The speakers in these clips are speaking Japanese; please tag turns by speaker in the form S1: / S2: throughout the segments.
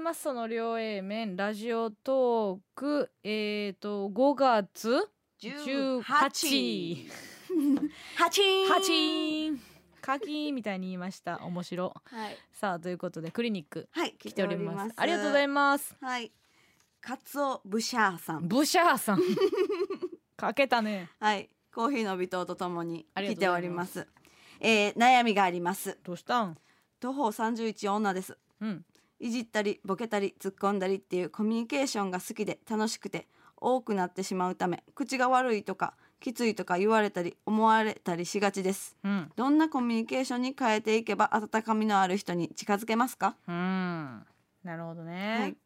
S1: ますその両 A 面ラジオトークえっ、と5月18
S2: 18八
S1: カチンカキーンみたいに言いました面白
S2: はい
S1: さあということでクリニック
S2: はい
S1: 来ておりますありがとうご
S2: ざ
S1: ざ
S2: い
S1: います
S2: ますはいカツオブシャーさん
S1: ブシャーさん かけたね
S2: はいコーヒーの微糖とともに
S1: ありが
S2: 来
S1: とうご
S2: てお
S1: ざい
S2: り
S1: ま
S2: ますえー悩みがあります
S1: どうしたん
S2: 徒歩31女です
S1: うん
S2: いじったりボケたり突っ込んだりっていうコミュニケーションが好きで楽しくて多くなってしまうため口が悪いとかきついとか言われたり思われたりしがちです
S1: うん
S2: どんなコミュニケーションに変えていけば温かみのある人に近づけますか、
S1: うんなるほどね、
S2: はい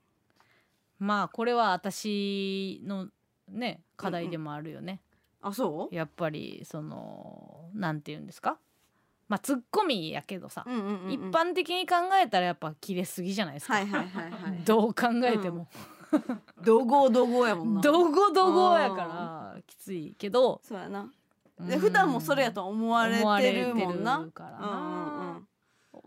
S1: まあこれは私のね課題でもあるよね、
S2: あそう
S1: やっぱりそのなんて言うんですかまあツッコミやけどさ、
S2: うんうんうんうん、
S1: 一般的に考えたらやっぱ切れすぎじゃないですか、
S2: はいはいはいはい
S1: どう考えても、
S2: 怒号怒号やもんな
S1: どごどごやからきついけど、
S2: そうやな
S1: う
S2: で
S1: ん
S2: 普段もそれやと思われ
S1: 思われ
S2: て
S1: て
S2: る
S1: る
S2: もんな
S1: から
S2: うんうんうん
S1: な、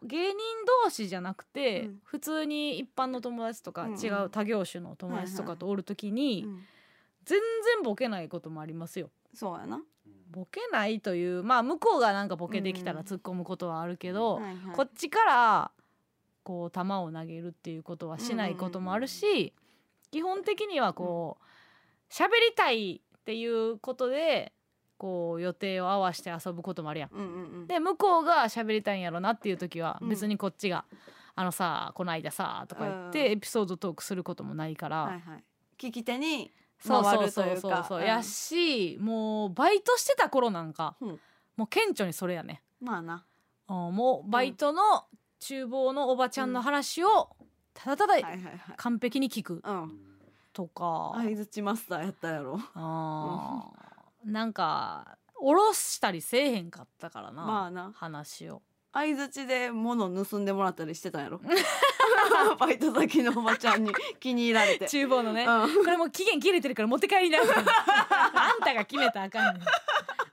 S1: 芸人同士じゃなくて、
S2: うん
S1: 普通に一般の友達とか、
S2: うんうん
S1: 違う他業種の友達とかとおるときに、
S2: うん
S1: 全然ボケないこともありますよ
S2: そうやな
S1: ボケないというまあ向こうがなんかボケてきた
S2: うん
S1: ら
S2: うん
S1: 突っ込むことはあるけど、
S2: はいはい
S1: こっちからこう球を投げるっていうことはしないこともあるし、基本的にはこう喋、りたいっていうことでこう予定を合わせて遊ぶこともあるやん。
S2: うんうんうん
S1: で向こうが喋りたいんやろなっていう時は
S2: うん
S1: 別にこっちが「あのさこの間さ」とか言っ
S2: う
S1: て
S2: ん
S1: エピソードトークすることもないから、
S2: はいはい聞き手に
S1: そうそう
S2: 回
S1: そう
S2: ると
S1: そ
S2: いう
S1: う
S2: か
S1: そう
S2: うん
S1: やしもうバイトしてた頃なんか、
S2: うん
S1: もう顕著にそれやね
S2: まあな
S1: あーもうバイトの厨房のおばちゃんの話をただた
S2: は
S1: だ
S2: いはいはい
S1: 完璧に聞く
S2: うん
S1: とか、
S2: 相づちマスターやったやろ
S1: あーなんか下ろしたりせえへんかったからな、
S2: まあな
S1: 話を
S2: 相づちで物盗んでもらったりしてたやろ バイト先のおばちゃんに 気に入られて
S1: 厨房のね、
S2: うん
S1: これもう期限切れてるから持って帰りなあん たが決めたらあかんねん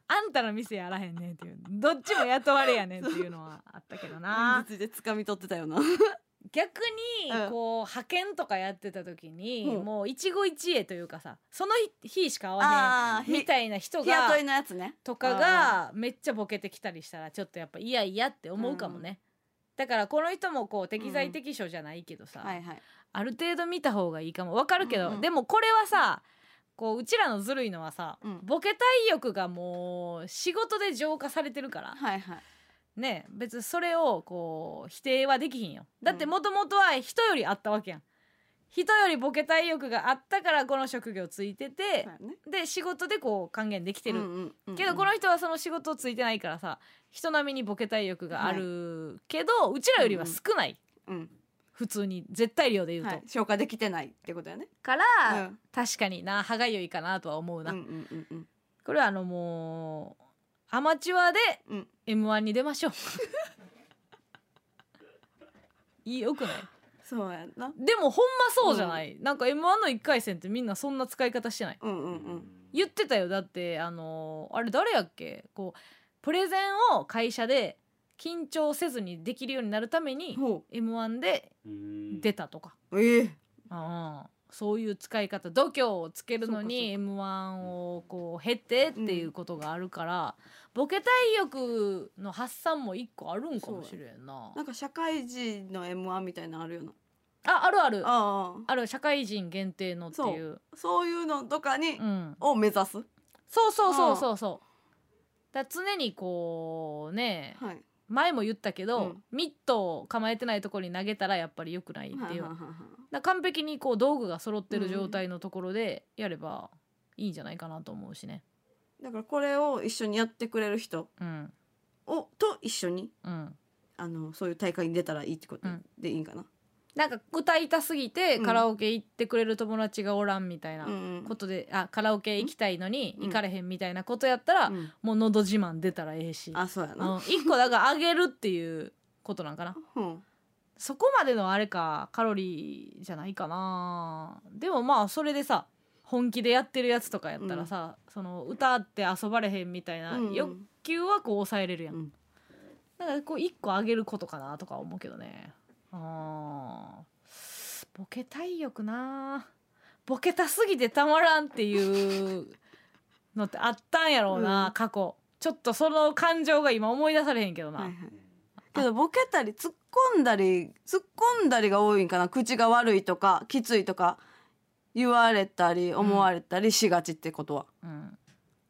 S1: あんたの店やらへんねんっていうどっちも雇われやねんっていうのはあったけど
S2: 相
S1: な
S2: づちで掴み取ってたよな
S1: 逆
S2: う
S1: に
S2: ん
S1: こう派遣とかやってた時に
S2: うん
S1: もう一期一会というかさその日日しか会わ
S2: ああ
S1: へんみ
S2: 日
S1: たいな人が
S2: 雇いのやつね
S1: とかがめっちゃボケてきたりしたらちょっとやっぱいやいやって思うかもね。だからこの人もこう適材適所じゃないけどさ、
S2: はいはい
S1: ある程度見た方がいいかもわかるけど、
S2: うんうん
S1: でもこれはさこううちらのずるいのはさ、
S2: うん
S1: ボケたい欲がもう仕事で浄化されてるから、
S2: はいはい
S1: ね別にそれをこう否定はできひんよだって
S2: うん
S1: もともとは人よりあったわけやん人よりボケたい欲があったからこの職業ついてて、
S2: そうやね
S1: で仕事でこう還元できてる、
S2: うんうんうん
S1: けどこの人はその仕事ついてないからさ人並みにボケたい欲があるけど、うちらよりは少ない、
S2: うん
S1: 普通に絶対量で言うと、
S2: はい消化できてないってことやね
S1: から、
S2: うん
S1: 確かにな歯がゆいかなとは思う
S2: うんう
S1: な、
S2: んうんうん
S1: これはあのもうアマチュアで
S2: うん
S1: M1 に出ましょう いいよくない
S2: そうやな
S1: でもほんまそうじゃない、なんか M1 の1回戦ってみんなそんな使い方してない
S2: うんうんうん
S1: 言ってたよだってあのーあれ誰やっけこうプレゼンを会社で緊張せずにできるようになるために
S2: ほ
S1: M1 で
S3: うん
S1: 出たとか、
S2: うええ
S1: ああそういう使い方度胸をつけるのに M1 をこう経てっていうことがあるから、ボケたい欲の発散も一個あるんかもしれんな
S2: なんか社会人の M1 みたいなのあるよな
S1: ああるあるあ
S2: ああ
S1: る社会人限定のっていう
S2: そういうのとかに
S1: う、ん、
S2: を目指す
S1: そうそうそうそうそうだから常にこうね
S2: はい
S1: 前も言ったけど、
S2: うん
S1: ミットを構えてないところに投げたらやっぱり良くないって
S2: はい
S1: いう、
S2: ははは
S1: だから完璧にこう道具が揃ってる状態のところでやればいいんじゃないかなと思うしね
S2: だからこれを一緒にやってくれる人
S1: うん
S2: をと一緒に
S1: うん
S2: あのそういう大会に出たらいいってこと
S1: うん
S2: でいいんかな、
S1: なんか歌いたすぎて
S2: うん
S1: カラオケ行ってくれる友達がおらんみたい
S2: うん
S1: な
S2: うん
S1: ことで、あカラオケ行きたいのに
S2: うん
S1: 行かれへんみたいなことやったら、
S2: うん
S1: もう「のど自慢」出たらええし、
S2: あそうや
S1: うん、
S2: な、
S1: 一個だからあげるっていうことなんかな
S2: うん、
S1: そこまでのあれかカロリーじゃないかなでもまあそれでさ本気でやってるやつとかやったらさ、その歌って遊ばれへんみたいな
S2: うん
S1: 欲求はこう抑えれるやん、
S2: うん
S1: だからこう一個あげることかなとか思うけどねあーボケ体力なボケたすぎてたまらんっていうのってあったんやろうな、
S2: うん
S1: 過去ちょっとその感情が今思い出されへんけどな、
S2: はいはい、けどボケたり突っ込んだり突っ込んだりが多いんかな口が悪いとかきついとか言われたり思われたりしがちってことは、
S1: うん、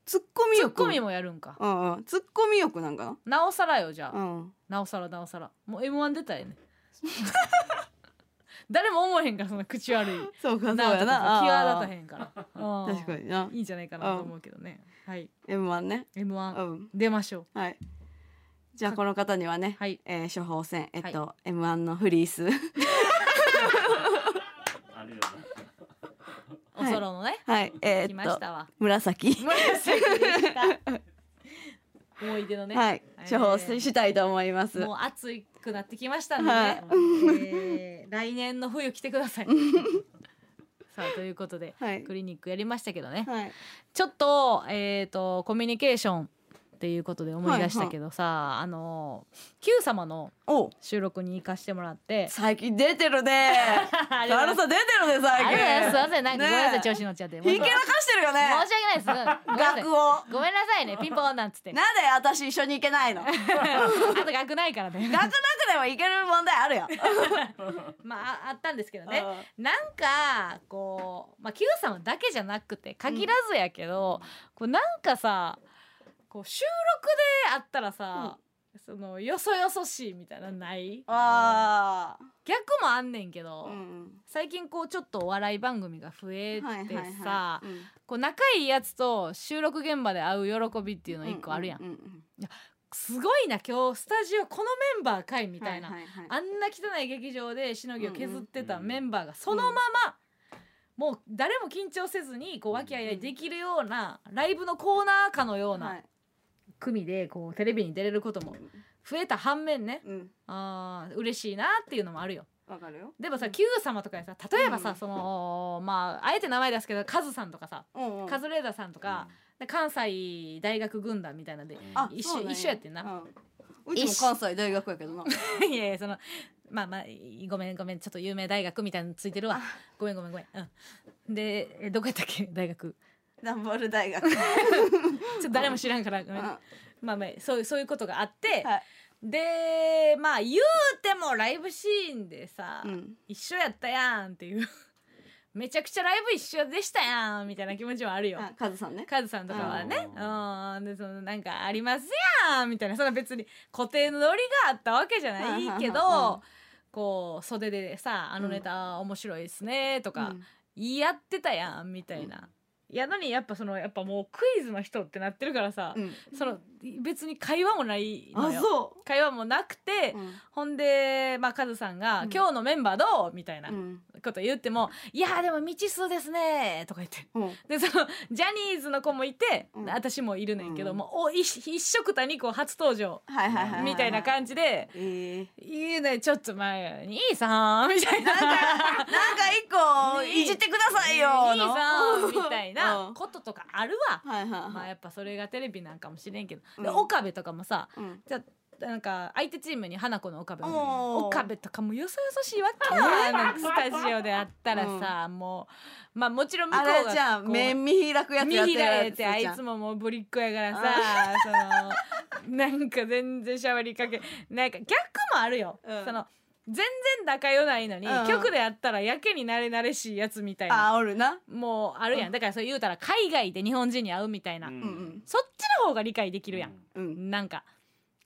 S2: ツッコミ
S1: ツッ
S2: 欲
S1: コミもやるんか、
S2: うんうんツッコミ欲なんか
S1: なおさらよじゃあ、
S2: なうん
S1: なおさらなおさらもう m 1出たよね 誰も思えへんからそんな口 悪い
S2: そうかそう
S1: な
S2: や
S1: と
S2: な
S1: か際
S2: あ
S1: 立たへんから
S2: ー確か
S1: に
S2: にない
S1: いんじゃないかなと思うけどねはい
S2: M1 ね
S1: m
S2: う
S1: 1
S2: ん
S1: 出ましょう
S2: はいじゃあこの方にはね、
S1: はい
S2: えー処方箋えっと、M1 のフリース
S3: あるよな。
S1: おそろのね、
S2: はいえ
S1: 来
S2: ー
S1: ま
S2: っと
S1: したわ
S2: 紫
S1: 紫でした思い出のね、
S2: はい
S1: えー
S2: 処方箋したいと思います
S1: もう暑くなってきましたんでね、
S2: はい
S1: えー来年の冬来てくだ さいさあということで
S2: はい
S1: クリニックやりましたけどね、
S2: はい
S1: ちょっとえっ、とコミュニケーションっていうことで思い出したけどさ、あの「Q 様」の
S2: おう
S1: 収録に行かしてもらって
S2: 最近出てるね
S1: あ
S2: サルサ出てる
S1: あ
S2: ね最
S1: りがとうご
S2: 近
S1: ざいますすいませんなんかごめんなさい、調
S2: 子
S1: 子乗っちゃって
S2: ひけ
S1: 申し
S2: らかしてるよね
S1: 訳ないですごめんなさい
S2: 額を
S1: ごめんなさいねピンポンなんつって
S2: なんで私一緒に行けないの楽な く
S1: あと学ないからね
S2: でも行ける問題あるよ
S1: まあああったんですけどね
S2: ね
S1: なんかこうまあ Q さんだけじゃなくて限らずやけど、こうなんかさこう収録であったらさ、そのよそよそしいみたいなのない
S2: あ
S1: 逆もあんねんけど、
S2: ーうん
S1: 最近こうちょっとお笑い番組が増えてさ、
S2: はいはいはいうん
S1: こう仲いいやつと収録現場で会う喜びっていうの一個あるやん,、
S2: うううん
S1: すごいな今日スタジオこのメンバーかいみたいな、
S2: はいはいはい
S1: あんな汚い劇場でしのぎを削ってた
S3: うんうん
S1: メンバーがそのまま、もう誰も緊張せずにこう和気あいあいできるようなライブのコーナーかのよう
S2: は
S1: ない組でこうテレビに出れることも増えた反面ね
S2: うん
S1: あー嬉しいなっていうのもあるよ。
S2: わかるよ
S1: でもさ Q 様とかにさ例えば
S2: う
S1: さ
S2: ん
S1: そのまああえて名前出すけどカズさんとかさ
S2: うんうん
S1: カズレーザーさんとかで関西大学軍団みたいなんで
S3: うん
S2: あ
S1: 一緒
S2: そうなん
S1: 一緒やってんな
S2: うんうちも関西大学やけ どない
S1: やいやそのまあまあいごめんごめんちょっと有名大学みたいなのついてるわごめんごめんごめん、うん、でえどこやったっけ大学
S2: ダンボール大学は
S1: ちょっと誰も知らんからごめん
S2: うん
S1: まあまあそういうそういうことがあって、
S2: い
S1: でまあ言うてもライブシーンでさ、
S2: うん
S1: 一緒やったやんっていう めちゃくちゃライブ一緒でしたやんみたいな気持ちもあるよ
S2: あカズさんね
S1: カズさんとかはね
S3: う
S1: うんでそのなんかありますやんみたいなそんな別に固定のノリがあったわけじゃないけ
S2: うん
S1: どこう袖でさ「あのネタ面白いですね」とか
S2: うん
S1: 言い合ってたやんみたいな。やのにやっぱそのやっぱもうクイズの人ってなってるからさ、
S2: うん
S1: その別に会話もないの
S2: あ
S1: よ
S2: そ
S1: 会話もなくて、
S2: ううん
S1: ほんで、まあ、カズさんが、
S2: うん
S1: 今日のメンバーどう?」みたいな
S2: うん
S1: こと言っても「いやーでも未知数ですね」とか言って
S2: うん
S1: でそのジャニーズの子もいて、
S2: うん
S1: 私もいるねんけど、
S2: うん
S1: もうお一一色た二個初登場
S2: はいはいはは
S1: みたいな感じで
S2: えー
S1: 「いいねちょっと前兄さん」みたいな
S2: なんか、 なんか一個いじってくださいよ
S1: 兄
S2: の。
S1: さん」みたいな
S2: うん
S1: こととかあるわ。
S2: はいはい
S1: まあ
S2: はい。
S1: やっぱそれがテレビなんかもしれんけど、で
S2: うん
S1: 岡部とかもさ
S2: うん
S1: じゃなんか相手チームに花子の岡部も
S2: おー
S1: 岡部とかもよそよそしいわけやなんかスタジオであったらさ、もうまあもちろん向こ
S2: あ
S1: う
S2: れ
S1: が
S2: じゃん、
S1: こう
S2: 目見開くやつ
S1: 見
S2: やってる
S1: 開
S2: や
S1: いて
S2: つじゃん
S1: あいつももうぶりっ子やからさそのなんか全然しゃべりかけなんか逆もあるよ、
S2: うん
S1: その全然仲良ないのに、
S2: うんうん
S1: 局でやったらやけに慣れ慣れしいやつみたいな
S2: あ、おるな。
S1: もうあるやんだからそう言うたら海外で日本人に会うみたいな、
S2: うんうん。
S1: そっちの方が理解できるやん、
S2: うん。
S1: なんか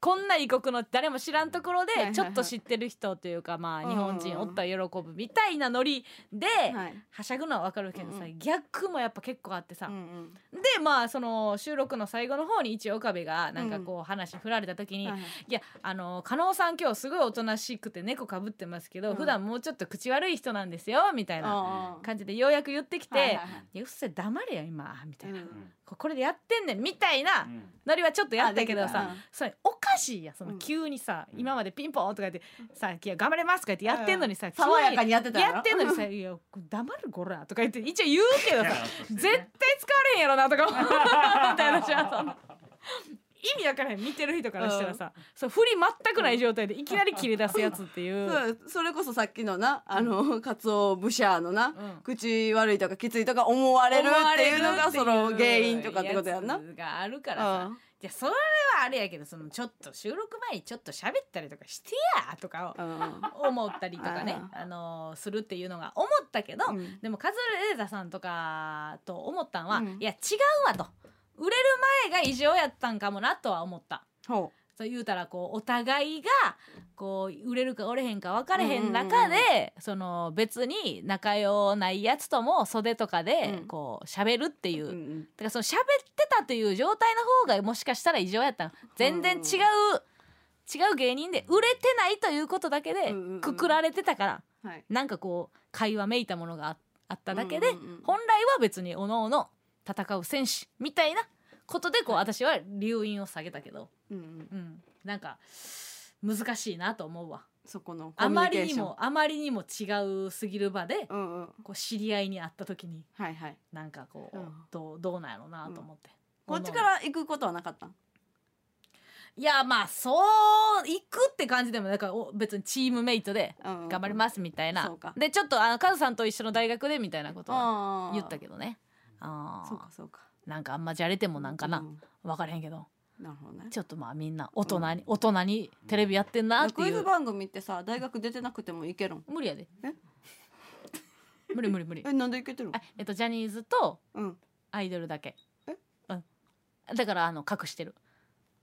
S1: こんな異国の誰も知らんところ
S2: はいはいは
S1: で
S2: い
S1: ちょっと知ってる人というかま
S2: うん
S1: あ
S2: う
S1: 日
S2: んうん
S1: 本人おったら喜ぶみたいなノリで
S2: はい。
S1: はしゃぐのはわかるけどさ
S2: うんう
S1: 逆もやっぱ結構あってさ
S2: うんうん
S1: でまあその収録の最後の方に一応岡部がなんかこう話振られた時に「
S2: はいはい
S1: いやあの加納さん今日すごいおとなしくて猫かぶってますけど、
S2: うん
S1: 普段もうちょっと口悪い人なんですよ」みたいな
S2: あー
S1: 感じでようやく言ってきて「
S2: はい
S1: い
S2: はい
S1: やうっせ黙れよ今」みたいな、
S2: うん
S1: ここれでやってんねん」みたいなノリはちょっとやったけど
S2: あ
S1: さ
S2: できた
S1: それおかしいやんその
S2: うん
S1: 急にさ、
S3: うん
S1: 今までピンポンとか言ってさ「いや頑張れます」とか言ってやってんのにさ、急に
S2: 爽やかにやってた
S1: やってんのに
S2: さ。
S1: さ「いや黙るゴラ」とか言って一応言うけどさ
S3: 絶
S1: 絶対使われへんやろなとか思った話はそのい意味わからへん見てる人からしたらさ、そう振り全くない状態でいきなり切れ出すやつって いうう、
S2: そうそれこそさっきのなあのカツオブシャーのな、
S1: うん
S2: 口悪いとかきついとか思われるっていうのがその原因とかってことやんな。う
S1: 思われるっていうやつがあるからさ、
S2: ん
S1: じゃそれはあれやけどそのちょっと収録前にちょっと喋ったりとかしてやとか
S2: うん
S1: を思ったりとかねあのーするっていうのが思ったけど、
S2: うん
S1: でもカズレーザーさんとかと思ったんは、
S2: うん
S1: いや違うわと売れる前が異常やったんかもなとは思った。
S2: ほ
S1: そう言うたらこうお互いがこう売れるか売れへんか分かれへん
S2: う
S1: 中
S2: ん
S1: で、
S2: うん
S1: その別に仲良ないやつとも袖とかで
S2: うん
S1: こう喋るっていう、
S2: うう
S1: だ
S2: ん
S1: からその喋ってたという状態の方がもしかしたら異常やったの全然違う、違う芸人で売れてないということだけで
S2: うんうんうん
S1: くくられてたから、
S2: はい
S1: なんかこう会話めいたものがああっただけで、
S2: うんうんうん
S1: 本来は別におのおの戦う戦士みたいなことでこう私は留飲を下げたけど。
S2: うんうん
S1: うん、なんか難しいなと思うわ
S2: そこのコ
S1: あ
S2: ミュ
S1: ま
S2: ニケ
S1: り
S2: ー
S1: に
S2: ション
S1: もあまりにも違うすぎる場で
S2: うんうん
S1: こう知り合いに会った時に
S2: はいはい
S1: なんかこう、
S2: うん
S1: どうどうなんやろうなと思って、
S2: こっちから行くことはなかったん
S1: いやまあそう行くって感じでもなんかお別にチームメイトで
S2: うんうん
S1: 頑張りますみたいな、
S2: そうか
S1: でちょっとあのカズさんと一緒の大学でみたいなことは
S2: あー
S1: 言ったけどねあー
S2: そうかそうか
S1: なんかあんまじゃれてもなんかな、
S2: うん
S1: 分からへんけど
S2: なるほどね
S1: ちょっとまあみんな大人に、大人にテレビやってんなって
S2: ク
S1: い
S2: イ
S1: う
S2: ズ番組ってさ大学出てなくても行けるん
S1: 無理やで
S2: え
S1: 無理無理無理
S2: えなんで行けてるん
S1: あえっとジャニーズと
S2: うん
S1: アイドルだけ
S2: え
S1: うんだからあの隠してる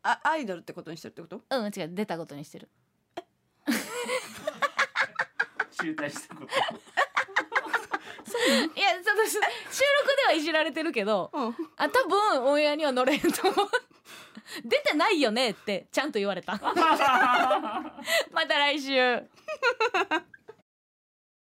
S2: あアイドルってことにしてるってこと
S1: うん違う出たことにしてる
S3: 中退し たこと。
S1: いやちょっと収録ではいじられてるけど
S2: うん
S1: あ多分オンエアには乗れんと 思う出てないよねってちゃんと言われたまた来週